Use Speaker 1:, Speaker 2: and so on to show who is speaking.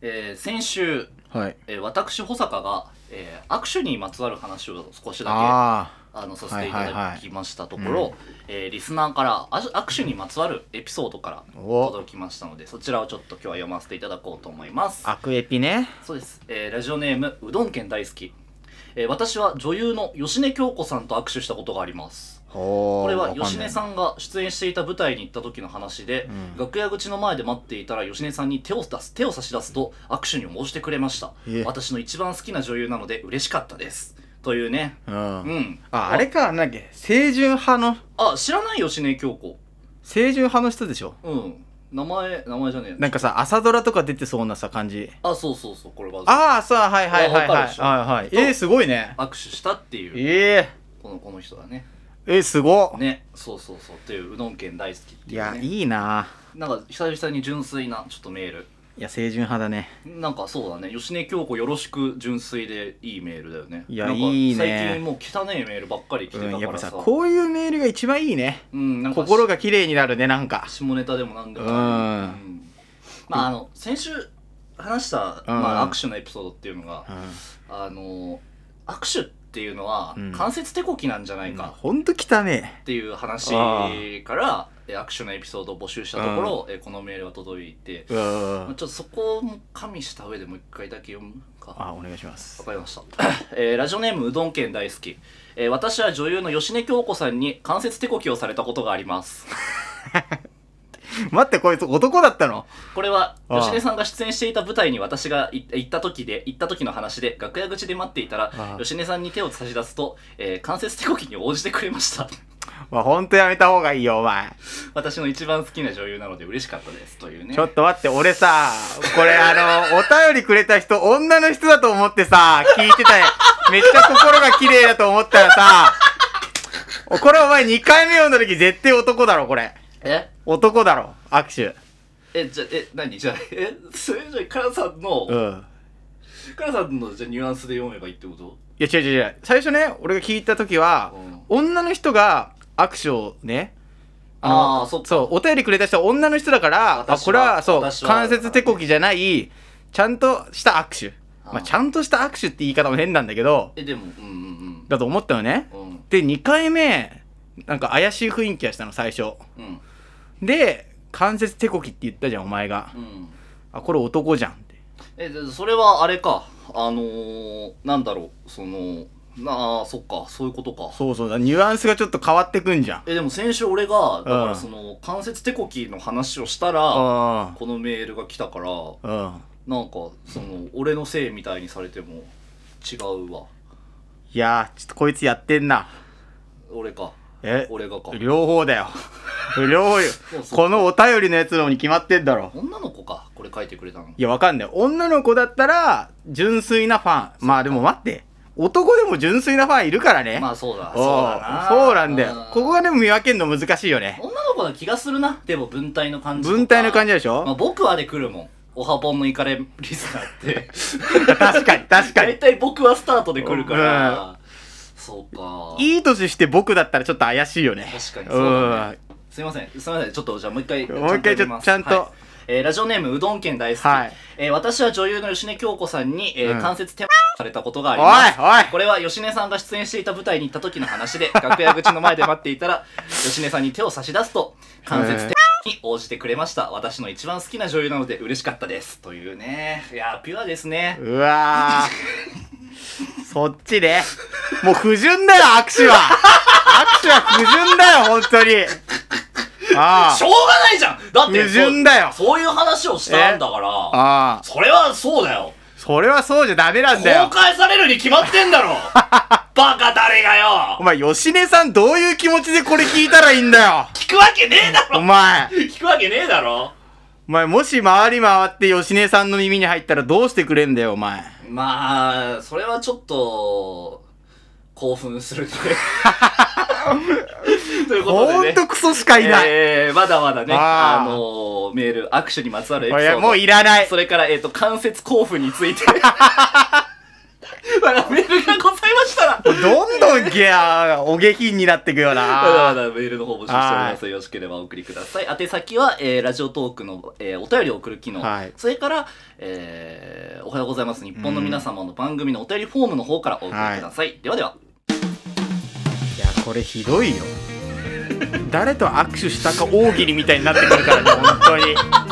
Speaker 1: えー先週、
Speaker 2: はい。
Speaker 1: えー私保坂が、えー握手にまつわる話を少しだけあ
Speaker 2: あ
Speaker 1: のさせていただきましたところ、えーリスナーからあ握手にまつわるエピソードから
Speaker 2: あ。お
Speaker 1: 届きましたのでそちらをちょっと今日は読ませていただこうと思います
Speaker 2: アクエピね。
Speaker 1: そうです、えーラジオネームうどん県大好き、えー私は女優の芳根京子さんと握手したことがあります
Speaker 2: おお。
Speaker 1: これは吉根
Speaker 2: ん。
Speaker 1: さんが出演していた舞台に行った時の話で、
Speaker 2: うん
Speaker 1: 楽屋口の前で待っていたら吉根さんに手を出す手を差し出すと握手に応じてくれました
Speaker 2: え
Speaker 1: 私の一番好きな女優なので嬉しかったですというね
Speaker 2: うん。
Speaker 1: うん
Speaker 2: あ、あれか、なんだっけ、清純派の、
Speaker 1: あ知らない吉根京子
Speaker 2: 清純派の人でしょ。
Speaker 1: うん名前名前じゃねえ
Speaker 2: なんかさ、朝ドラとか出てそうなさ、感じ。
Speaker 1: あそうそうそうこれは
Speaker 2: ああ、さあ、はいはいはい
Speaker 1: わかる
Speaker 2: はい。
Speaker 1: でしょ
Speaker 2: はいはい。えー、すごいね。
Speaker 1: 握手したっていう
Speaker 2: え
Speaker 1: このこの人だね
Speaker 2: ー、えー、すごっ。
Speaker 1: ねそうそうそうっていううどん県大好きって
Speaker 2: い
Speaker 1: いう、ね、
Speaker 2: や、いいな。
Speaker 1: なんか久々に純粋なちょっとメール
Speaker 2: いや、清純派だね。
Speaker 1: なんかそうだね吉根京子よろしく純粋でいいメールだよね
Speaker 2: いや
Speaker 1: なんか
Speaker 2: いいね
Speaker 1: 最近もう汚ねえメールばっかり来てたから
Speaker 2: う、
Speaker 1: さ,、うんん、
Speaker 2: やっぱさ、こういうメールが一番いいね。
Speaker 1: なんか
Speaker 2: 心が綺麗になるね、なんか。
Speaker 1: 下ネタでもなんでも
Speaker 2: うん
Speaker 1: んまああの先週話した、
Speaker 2: うん
Speaker 1: まあ、握手のエピソードっていうのが
Speaker 2: う、ん。
Speaker 1: あの握手っていうのは
Speaker 2: うん
Speaker 1: 関節手こきなんじゃないか
Speaker 2: ほんと汚ね
Speaker 1: っていう話
Speaker 2: あ
Speaker 1: から、え握手のエピソードを募集したところ、えこのメールが届いて、
Speaker 2: え。う
Speaker 1: まあ
Speaker 2: ん。
Speaker 1: ちょっとそこも加味した上でもう一回だけ読むか
Speaker 2: あ、お願いします
Speaker 1: わ。かりました、 えーラジオネームうどん県大好き、えー私は女優の芳根京子さんに関節手こきをされたことがあります
Speaker 2: 待って、こいつ男だったの
Speaker 1: これは
Speaker 2: ああ
Speaker 1: 芳根さんが出演していた舞台に私がい行った時で行った時の話で楽屋口で待っていた
Speaker 2: あ
Speaker 1: ら
Speaker 2: あ
Speaker 1: 芳根さんに手を差し出すと、えー関節手こきに応じてくれました
Speaker 2: まあ、ほんとやめた方がいいよ、お前。
Speaker 1: 私の一番好きな女優なので嬉しかったですというね
Speaker 2: ちょっと待って、俺さ、これあの、お便りくれた人、女の人だと思ってさ、聞いてたよ。めっちゃ心が綺麗だと思ったらさ、これお前2回目読んだ時絶対男だろ、これ。
Speaker 1: え
Speaker 2: 男だろ、握手。
Speaker 1: えじゃえ何じゃあえ それじゃあカラさんの、
Speaker 2: うん。
Speaker 1: カラさんのじゃあニュアンスで読めばいいってこと
Speaker 2: いや、違う違う違う。最初ね、俺が聞いた時は、女の人が握手をね、
Speaker 1: あ
Speaker 2: の
Speaker 1: ーそっか
Speaker 2: そう、お便りくれた人は女の人だから、あ
Speaker 1: 私は
Speaker 2: これは、そう、
Speaker 1: 私は
Speaker 2: 関節手こきじゃない、ちゃんとした握手。
Speaker 1: あー
Speaker 2: まあ、ちゃんとした握手って言い方も変なんだけど、
Speaker 1: えでもうん
Speaker 2: だと思ったのね
Speaker 1: うん。うんうん
Speaker 2: で、2回目、なんか怪しい雰囲気がしたの、最初。
Speaker 1: うん
Speaker 2: で、関節手こきって言ったじゃん、お前が
Speaker 1: う。ん
Speaker 2: あ、これ男じゃんって。
Speaker 1: えでそれはあれかあのー、なんだろうそのなあそっかそういうことか
Speaker 2: そうそうだ、ニュアンスがちょっと変わってくんじゃん。
Speaker 1: えでも先週俺がだか
Speaker 2: う
Speaker 1: ら
Speaker 2: ん
Speaker 1: その関節手こきの話をしたら
Speaker 2: あ
Speaker 1: このメールが来たから
Speaker 2: あ。うん。
Speaker 1: なんかその俺のせいみたいにされても違うわ
Speaker 2: いやー、ちょっとこいつやってんな。
Speaker 1: 俺か
Speaker 2: え、
Speaker 1: 俺がか
Speaker 2: 両方だよ。両方よ
Speaker 1: そう。そう
Speaker 2: このお便りのやつのに決まってんだろ。
Speaker 1: 女の子かこれ書いてくれたの
Speaker 2: いや、わかんない。女の子だったら、純粋なファン。まあでも待って。男でも純粋なファンいるからね。
Speaker 1: まあそうだ
Speaker 2: お
Speaker 1: そ
Speaker 2: う
Speaker 1: うだな
Speaker 2: そうなんだよ
Speaker 1: う。
Speaker 2: ここがでも見分けるの難しいよね。
Speaker 1: 女の子の気がするなでも文体の感じとか
Speaker 2: 文体の感じでし
Speaker 1: まあ、
Speaker 2: ょ
Speaker 1: 僕はで来るもんおはぽんのイカレリスナーって
Speaker 2: 確かに、確か
Speaker 1: 大
Speaker 2: に。
Speaker 1: 体僕はスタートで来るから、そうか
Speaker 2: いい年して僕だったらちょっと怪しいよね。
Speaker 1: 確かにそうだねすいませんすいませんちょっとじゃあもう一回
Speaker 2: もう一回ちょっとちゃんと
Speaker 1: やりますはいえーラジオネームうどん県大好き、
Speaker 2: はい
Speaker 1: えー私は女優の芳根京子さんに、えー
Speaker 2: うん
Speaker 1: 関節手されたことがあ
Speaker 2: う
Speaker 1: り
Speaker 2: ん。お
Speaker 1: ます
Speaker 2: い、
Speaker 1: これは芳根さんが出演していた舞台に行った時の話 で楽屋口の前で待っていたら芳根さんに手を差し出すと関節手に応じてくれました私の一番好きな女優なので嬉しかったですというねいやーピュアですね
Speaker 2: おい。うわー。そっちね。もう不純だよ、握手は。握手は不純だよ、本当に。あ
Speaker 1: しょうがないじゃんだって
Speaker 2: 矛盾だよ
Speaker 1: そうそういう話をしたんだ
Speaker 2: あ。
Speaker 1: から
Speaker 2: ああ。
Speaker 1: それはそうだよ
Speaker 2: それはそうじゃダメなんだ
Speaker 1: 公
Speaker 2: よ。
Speaker 1: 開されるに決まってんだ ろバカ誰がよ
Speaker 2: お前、吉根さんどういう気持ちでこれ聞いたらいいんだよ。
Speaker 1: 聞くわけねえだ
Speaker 2: お
Speaker 1: ろ
Speaker 2: 前。
Speaker 1: 聞くわけねえだろ
Speaker 2: お前、もし回り回って吉根さんの耳に入ったらどうしてくれんだよ、お前。
Speaker 1: まあそれはちょっと興奮する ねということ
Speaker 2: ほ
Speaker 1: で
Speaker 2: ん
Speaker 1: ね
Speaker 2: とクソしかいない。
Speaker 1: えーまだまだねあ
Speaker 2: あー
Speaker 1: のーメール握手にまつわるエピ
Speaker 2: い
Speaker 1: ソー
Speaker 2: や、
Speaker 1: ド
Speaker 2: もういらない
Speaker 1: そ。れから、えっと関節交付についてままだメールがございましたら。
Speaker 2: どんどんギャー、お下品になっていくよ
Speaker 1: まだま
Speaker 2: な。
Speaker 1: だメールの方募集しております。よろしければお送りください。宛先は、えーラジオトークの、えーお便りを送る機能。
Speaker 2: はい
Speaker 1: それから、えーおはようございます。日本の皆様の番組のお便りフォームの方からお送りください。ではでは。
Speaker 2: いや、これひどいよ。誰と握手したか大喜利みたいになってくるからね、本当に。